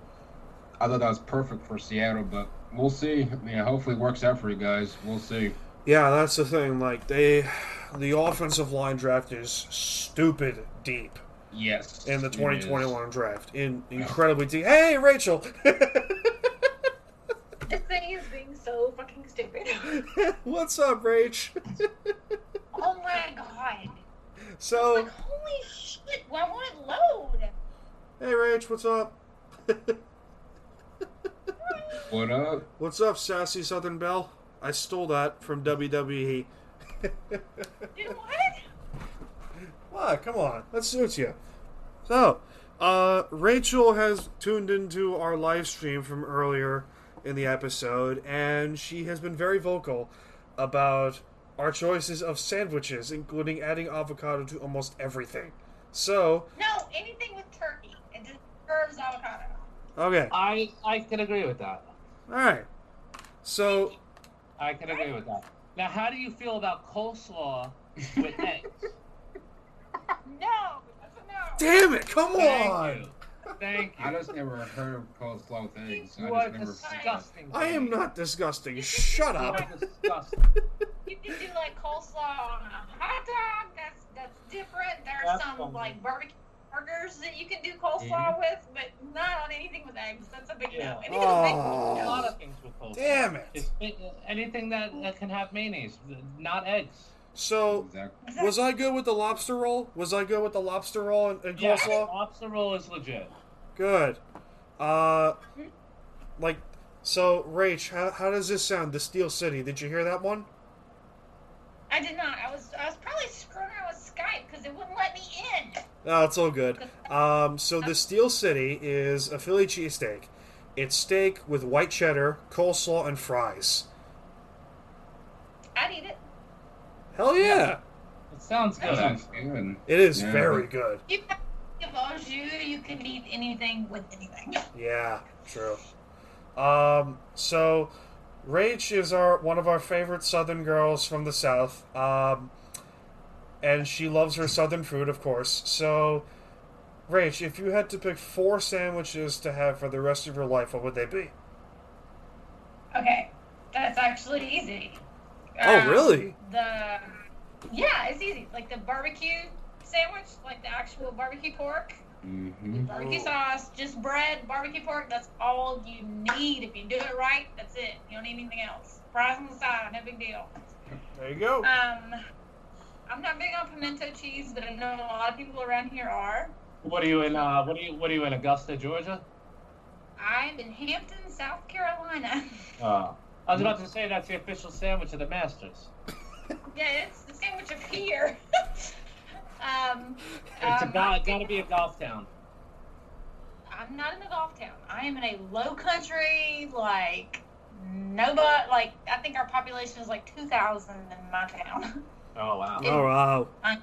I thought that was perfect for Seattle, but we'll see. I mean, hopefully it works out for you guys. We'll see. Yeah, that's the thing. Like they, the offensive line draft is stupid deep Yes. in the it is. 2021 draft. In incredibly deep. Hey, Rachel, *laughs* This thing is being so fucking stupid. what's up, Rach? oh my god. Like, So, holy shit, I want it load. hey, Rach, what's up? *laughs* What up? What's up, sassy Southern Belle? I stole that from E. WWE. Dude, what? What? Ah, Come on, that suits you. So, uh, Rachel has tuned into our live stream from earlier in the episode, and she has been very vocal about our choices of sandwiches, including adding avocado to almost everything. So, No, anything with turkey. It deserves avocado. okay, all I I can agree with that. right. So, I can agree with that. Now, how do you feel about coleslaw *laughs* with eggs? No, that's a no. damn it, come Thank on! you. Thank I you. just never heard of coleslaw with eggs. I You just are never. disgusting. to I am me. not disgusting. Shut You up. are disgusting. You can do like coleslaw on a hot dog. That's that's different. There's That's some fun. like barbecue burgers that you can do coleslaw Mhm. with, but not on anything with eggs. That's a big Yeah. no. Anything with eggs, Oh. A lot no. of things with coleslaw. Damn it. It's anything that, that can have mayonnaise, not eggs. So, Exactly. was I good with the lobster roll? Was I good with the lobster roll and, and Yeah, coleslaw? lobster roll is legit. Good. Uh, like, so, Rach, how, how does this sound? The Steel City. Did you hear that one? I did not. I was I was probably screwing around with Skype because it wouldn't let me in. No, it's all good. Um, so the Steel City is a Philly cheesesteak. It's steak with white cheddar, coleslaw, and fries. I'd eat it. Hell yeah! It sounds good. That sounds actually. Oh, good. It is Yeah. very good. You can have au jus, you can eat anything with anything. Yeah, true. Um, so Rach is our one of our favorite Southern girls from the South, um, and she loves her Southern food, of course. So, Rach, if you had to pick four sandwiches to have for the rest of your life, what would they be? Okay, that's actually easy. Um, Oh, really? The yeah, it's easy. Like the barbecue sandwich, like the actual barbecue pork, hmm barbecue Oh. sauce, just bread, barbecue pork. That's all you need. If you do it right, that's it. You don't need anything else. Fries on the side, no big deal. There you go. Um, I'm not big on pimento cheese, but I know a lot of people around here are. What are you in? Uh, what are you? What are you in Augusta, Georgia? I'm in Hampton, South Carolina. *laughs* Uh, I was about to say that's the official sandwich of the Masters. yeah, it's the sandwich of here. *laughs* um, It's um, about got to be a golf town. I'm not in a golf town. I am in a low country, like nobody. Like I think our population is like 2,000 in my town. *laughs* Oh wow. Yeah. Oh wow,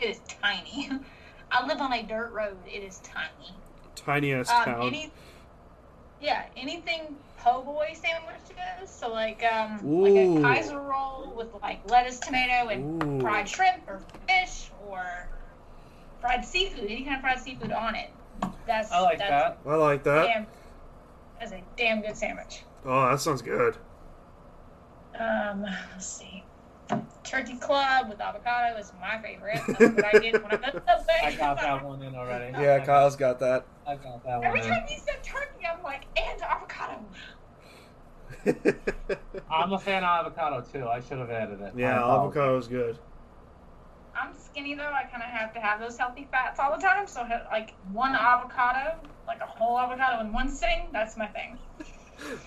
It is tiny. *laughs* I live on a dirt road. It is tiny. tiniest Um, town. any, yeah, anything po' boy sandwiches. So like um, Ooh. like a Kaiser roll with like lettuce, tomato, and Ooh. fried shrimp or fish or fried seafood. Any kind of fried seafood on it. That's I like that's that. I like a that. Damn, that's a damn good sandwich. Oh, that sounds good. Um, let's see. Turkey club with avocado is my favorite. That's what I get when I'm up that way. *laughs* I got that one in already. I got, Kyle's got *laughs* that. I got that Every one. time In. you said turkey, I'm like, and avocado. I'm a fan of avocado too. I should have added it. yeah, I apologize. avocado is good. I'm skinny though. I kind of have to have those healthy fats all the time. So ha- like one avocado, like a whole avocado in one sitting, that's my thing.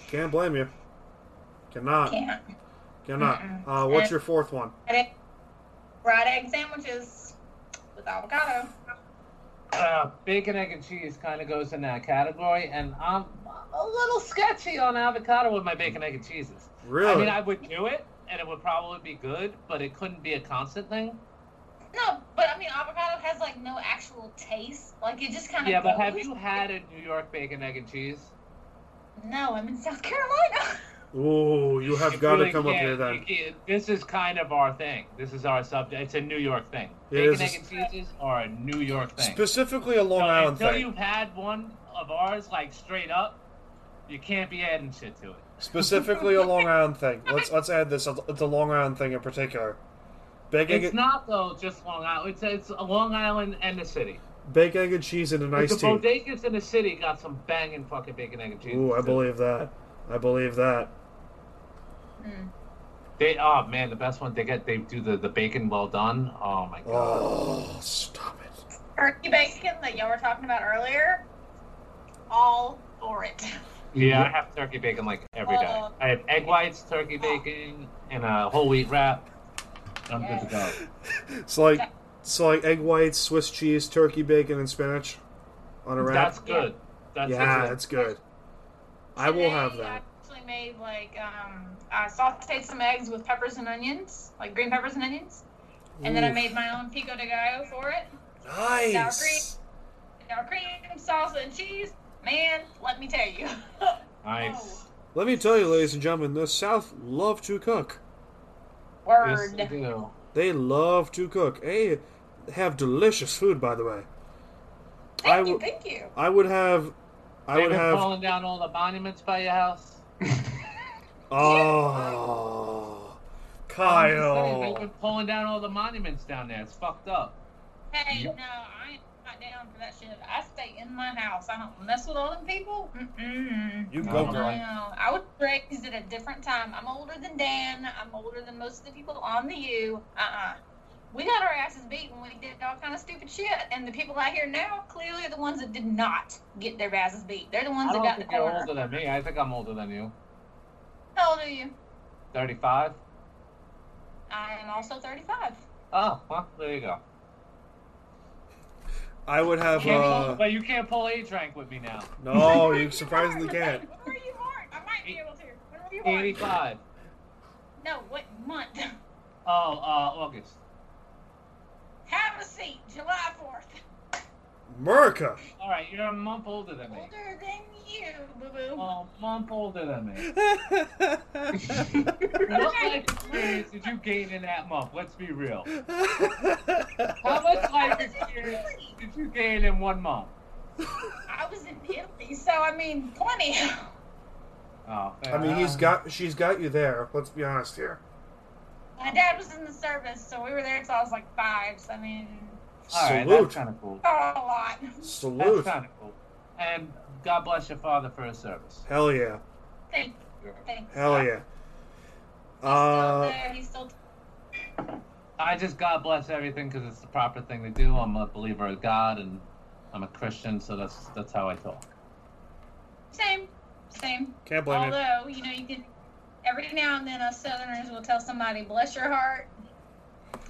Can't blame you. Cannot. Can't. Cannot. Mm-mm. Uh, what's And- your fourth one? And it, fried egg sandwiches with avocado. Uh, bacon, egg, and cheese kind of goes in that category, and I'm, I'm a little sketchy on avocado with my bacon, egg, and cheeses. Really? I mean, I would do it, and it would probably be good, but it couldn't be a constant thing. No, but I mean avocado has like no actual taste. Like it just kind of Yeah, but have you had a New York bacon, egg, and cheese? No, I'm in South Carolina. Ooh, you have You got to really come up can't- here then. you can't- This is kind of our thing. This is our subject. It's a New York thing. It bacon, is a egg, and cheeses are a New York thing. Specifically a Long So Island until thing. *laughs* you've had one of ours, like straight up, you can't be adding shit to it. Specifically a Long Island thing. Let's let's add this. It's a Long Island thing in particular. Bake egg, It's not though just Long Island. It's it's Long Island and the city. bake egg and cheese in an iced the tea. bodegas in the city got some banging fucking bacon egg and cheese. Ooh, I believe that. I believe that. Hmm. They oh man, the best one they get they do the, the bacon well done. Oh my god. Oh, stop it. Turkey bacon that y'all were talking about earlier. All for it. yeah, I have turkey bacon like every day. Uh, I have egg whites, turkey bacon, and a whole wheat wrap. I'm good to go. It's like it's like egg whites, Swiss cheese, turkey bacon, and spinach on a wrap. That's good. That's yeah, good. that's good. I will Today, have I that. actually made like um, I sautéed some eggs with peppers and onions, like green peppers and onions, and then I Ooh. made my own pico de gallo for it. Nice. Sour cream, salsa, and cheese. Man, let me tell you. *laughs* nice. Let me tell you, ladies and gentlemen, the South love to cook. Yes, Oh, Word. I do. They love to cook. They have delicious food, by the way. Thank I you, w- thank you. I would have. I They've would been have. falling down all the monuments by your house. Oh, I'm just saying, They've been Kyle. pulling down all the monuments down there. It's fucked up. Hey, no, I am not down for that shit. I stay in my house. I don't mess with all them people. Mm-mm. You go, girl. Right. No, I was raised at a different time. I'm older than Dan. I'm older than most of the people on the U. Uh-uh. We got our asses beat when we did all kind of stupid shit, and the people out here now clearly are the ones that did not get their asses beat. They're the ones I that don't got in think the you're corner. older than me. I think I'm older than you. How old are you? 35? I am also 35. Oh, well, there you go. I would have. Can't pull- Uh, but you can't pull age rank with me now. no, you surprisingly can't. When were you born? I might be able to. When were you born? 85. No, what month? *laughs* Oh, uh, August. Have a seat. July 4th. America. All right, you're a month older than me. Older than you, boo boo. A month older than *laughs* me. I What life experience did you gain in that month? Let's be real. How much life *laughs* experience did you gain in one month? I was in Italy, so I mean, plenty. *laughs* Oh, mean, *laughs* he's got. She's got you there. Let's be honest here. My dad was in the service, so we were there till I was like five, so I mean, All right, Salute. that's kind of cool. not a lot. *laughs* Salute. That's kind of cool. And God bless your father for his service. Hell yeah. Thank thank Hell you. yeah. Still Uh, there, he's still I just God bless everything because it's the proper thing to do. I'm a believer of God and I'm a Christian, so that's that's how I talk. same, same. can't blame you. Although, you know, you can every now and then us Southerners will tell somebody, "Bless your heart."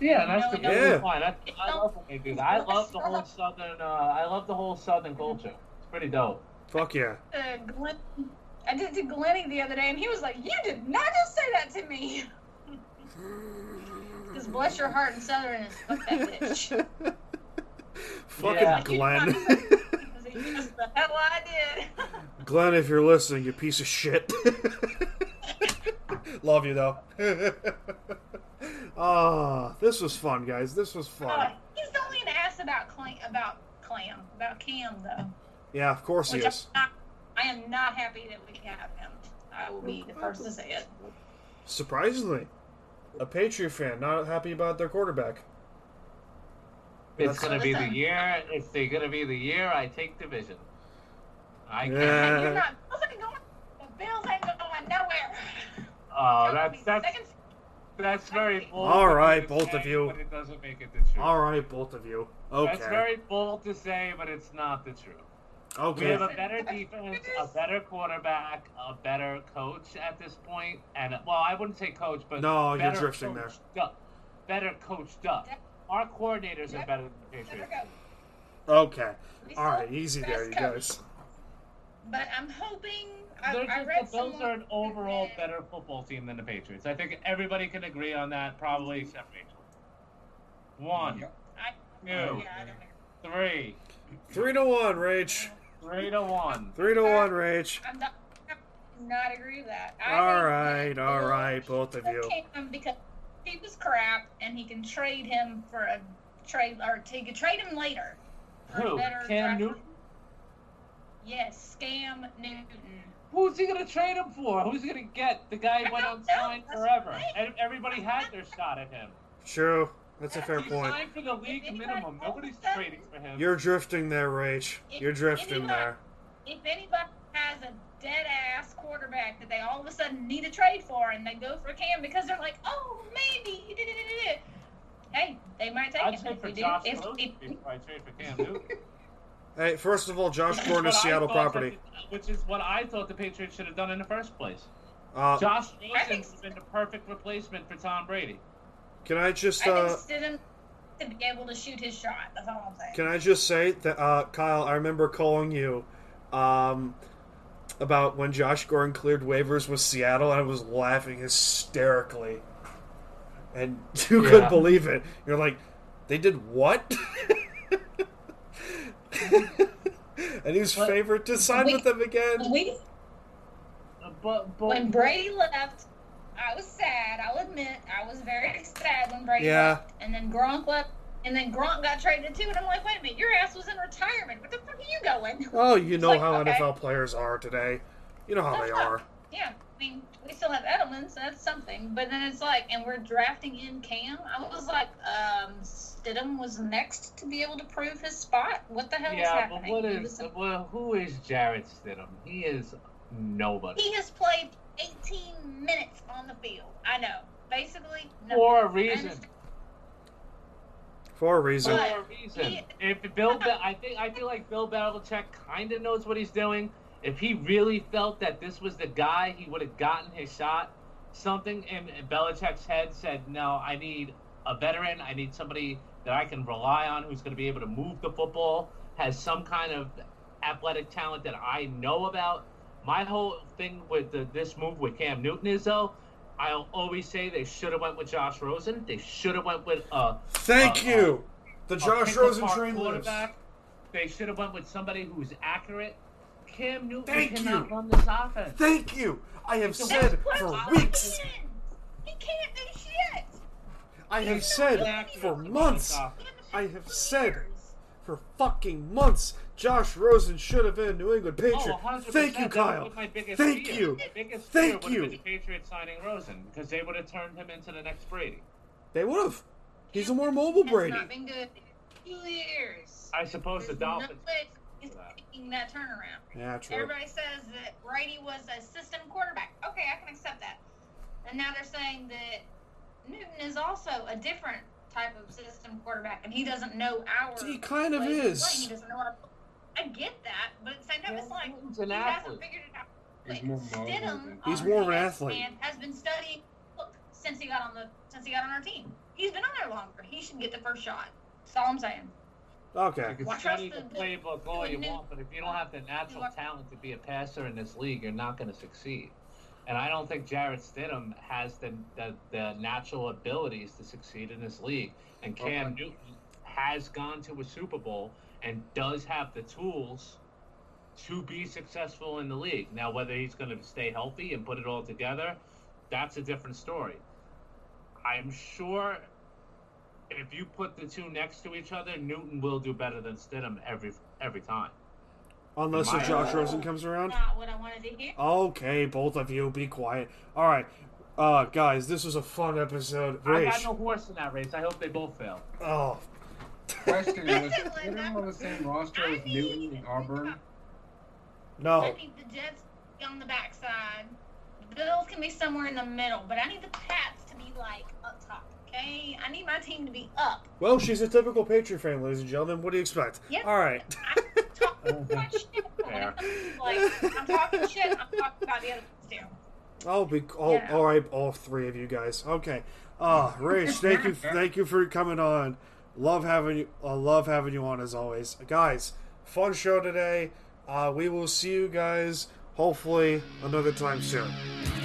Yeah, that's No, the no. Yeah. yeah. fine. I, I love when they do that. I love the whole southern. Uh, I love the whole southern culture. It's pretty dope. Fuck yeah. Uh, Glenn, I did it to Glenny the other day, and he was like, "You did not just say that to me." *laughs* Because bless your heart and Southern is fuck that bitch. *laughs* Fucking Yeah. Glenn. *laughs* I was like, yes, the hell I did. *laughs* Glenn, if you're listening, you piece of shit. *laughs* Love you though. *laughs* Ah, this was fun, guys. This was Uh, fun. he's only an ass about clam, about clam, about Cam though. Yeah, of course he Which is. I'm not, I am not happy that we have him. I will be the first to say it. Surprisingly, a Patriot fan not happy about their quarterback. It's gonna be the Listen. year. It's the- gonna be the year I take division. *laughs* I Yeah. can't. Like, you're not. Bills ain't going. The Bills ain't going nowhere. Oh, Y'all gonna be that's that's second- that's very bold. All of me right, to both of say, you. But it doesn't make it the truth. *laughs* All right, both of you. Okay. That's very bold to say, but it's not the truth. We okay. have a better defense, a better quarterback, a better coach at this point, and well, I wouldn't say coach, but No, you're better drifting coached up. better coached up. Yep. Our coordinators are Yep. better than the There we Patriots. go. Okay. We All right, still easy best there, you coach. guys. But I'm hoping. I, They're I just- read the Bills somewhere are an overall that- better football team than the Patriots. I think everybody can agree on that, probably except Rachel. One, Yeah. I, No. Yeah, I don't know. three, Three to one, Rach. three to one. Three to one, Rach. I'm not, I'm not agree with that. I All think right, that all oh, Bill right, both of should you. take him because he was crap, and he can trade him for a trade, or he could trade him later. for Who? better Cam draft- Newton? Yes, Scam Newton. Who's he going to trade him for? Who's he going to get? The guy I went don't know. unsigned That's forever. right. And everybody had their shot at him. True. That's a fair He point. signed for the league If anybody minimum. holds Nobody's that- trading for him. You're drifting there, Rach. If- You're drifting if there. If anybody has a dead ass quarterback that they all of a sudden need a trade for, and they go for Cam because they're like, oh, maybe. da-da-da-da-da," Hey, they might take I'd him. trade If for we do- Josh if- Rosen if- before I trade for *laughs* Cam Newton. Hey, first of all, Josh Which is Gordon what is I Seattle thought property. that- Which is what I thought the Patriots should have done in the first place. Uh, Josh I Rosen think- has been the perfect replacement for Tom Brady. can I just I uh, think Stidham to be able to shoot his shot. That's all I'm saying. can I just say that uh, Kyle? I remember calling you um, about when Josh Gordon cleared waivers with Seattle, and I was laughing hysterically, and *laughs* you Yeah. couldn't believe it. You're like, they did what? *laughs* and he was What? favored to sign We- with them again. we, Uh, But, but when Brady left, I was sad. I'll admit, I was very *laughs* sad when Brady Yeah. left. And then Gronk left. And then Gronk got traded too. And I'm like, wait a minute, your ass was in retirement. What the fuck are you going? Oh, you know like, how okay. NFL players are today. You know how they are. Yeah, I mean, we still have Edelman, so that's something. But then it's like, and we're drafting in Cam. I was like, um, Stidham was next to be able to prove his spot. What the hell is yeah, but happening? what He is? was- Well, who is Jared Stidham? He is nobody. He has played 18 minutes on the field. I know. Basically, no. For a reason. For a reason. But- For a reason. he- If Bill, Be- I think I feel like Bill Belichick kind of knows what he's doing. If he really felt that this was the guy, he would have gotten his shot. Something in Belichick's head said, "No, I need a veteran. I need somebody that I can rely on, who's going to be able to move the football, has some kind of athletic talent that I know about. My whole thing with the, this move with Cam Newton is though, I'll always say they should have went with Josh Rosen. They should have went with uh, Thank uh, you. The a Josh pick-apart Rosen train lives. quarterback. They should have went with somebody who's accurate. Cam Newton Thank cannot you. run this offense. Thank you. I have said for That's weeks. what I'm saying. He can't do shit. I have said Zach for Wilson months. off. I have said for fucking months. Josh Rosen should have been a New England Patriot. Oh, 100%. Thank you, That Kyle. was my biggest Thank fear. you. My biggest fear Thank would have been the you. Patriots signing Rosen because they would have turned him into the next Brady. They would have. He's a more mobile Has Brady. not been good in years. I suppose the There's no Dolphins. way he's taking that turnaround. Yeah, true. Everybody says that Brady was a system quarterback. Okay, I can accept that. And now they're saying that Newton is also a different type of system quarterback, and he doesn't know our. He kind of ways is. playing. He doesn't know our. I get that, but at the same time, Yeah, it's like Newton's he an hasn't athlete. figured it out. He's Like, more mobile than- Stidham, He's on more the of an other athlete. hand, Has been studying look, since he got on the since he got on our team. He's been on there longer. He should get the first shot. That's all I'm saying. Okay. You Why can study the trust the- playbook all you the new- want, but if you don't have the natural You are- talent to be a passer in this league, you're not going to succeed. And I don't think Jarrett Stidham has the, the the natural abilities to succeed in this league. And Cam Newton has gone to a Super Bowl and does have the tools to be successful in the league. Now, whether he's going to stay healthy and put it all together, that's a different story. I'm sure if you put the two next to each other, Newton will do better than Stidham every every time. Unless if My- Josh Rosen comes around. Not what I wanted to hear. Okay, both of you, be quiet. All right, uh, guys, this was a fun episode. I Rach, got no horse in that race. I hope they both fail. oh, Question was *laughs* Listen, Stidham Linda. on the same roster I as Newton mean, and Auburn? I no, need the Jets to be on the backside. The Bills can be somewhere in the middle, but I need the Pats to be like up top. Okay, I need my team to be up. well, she's a typical Patriot fan, ladies and gentlemen. What do you expect? Yep. All right, I'm talking too much shit. when Fair. it comes to, Like I'm talking shit. I'm talking about the other teams too. I'll be all, Yeah. all right, all three of you guys. Okay, uh, Rach, thank you, thank you for coming on. Love having you, uh, love having you on as always, guys. Fun show today. Uh, we will see you guys hopefully another time soon.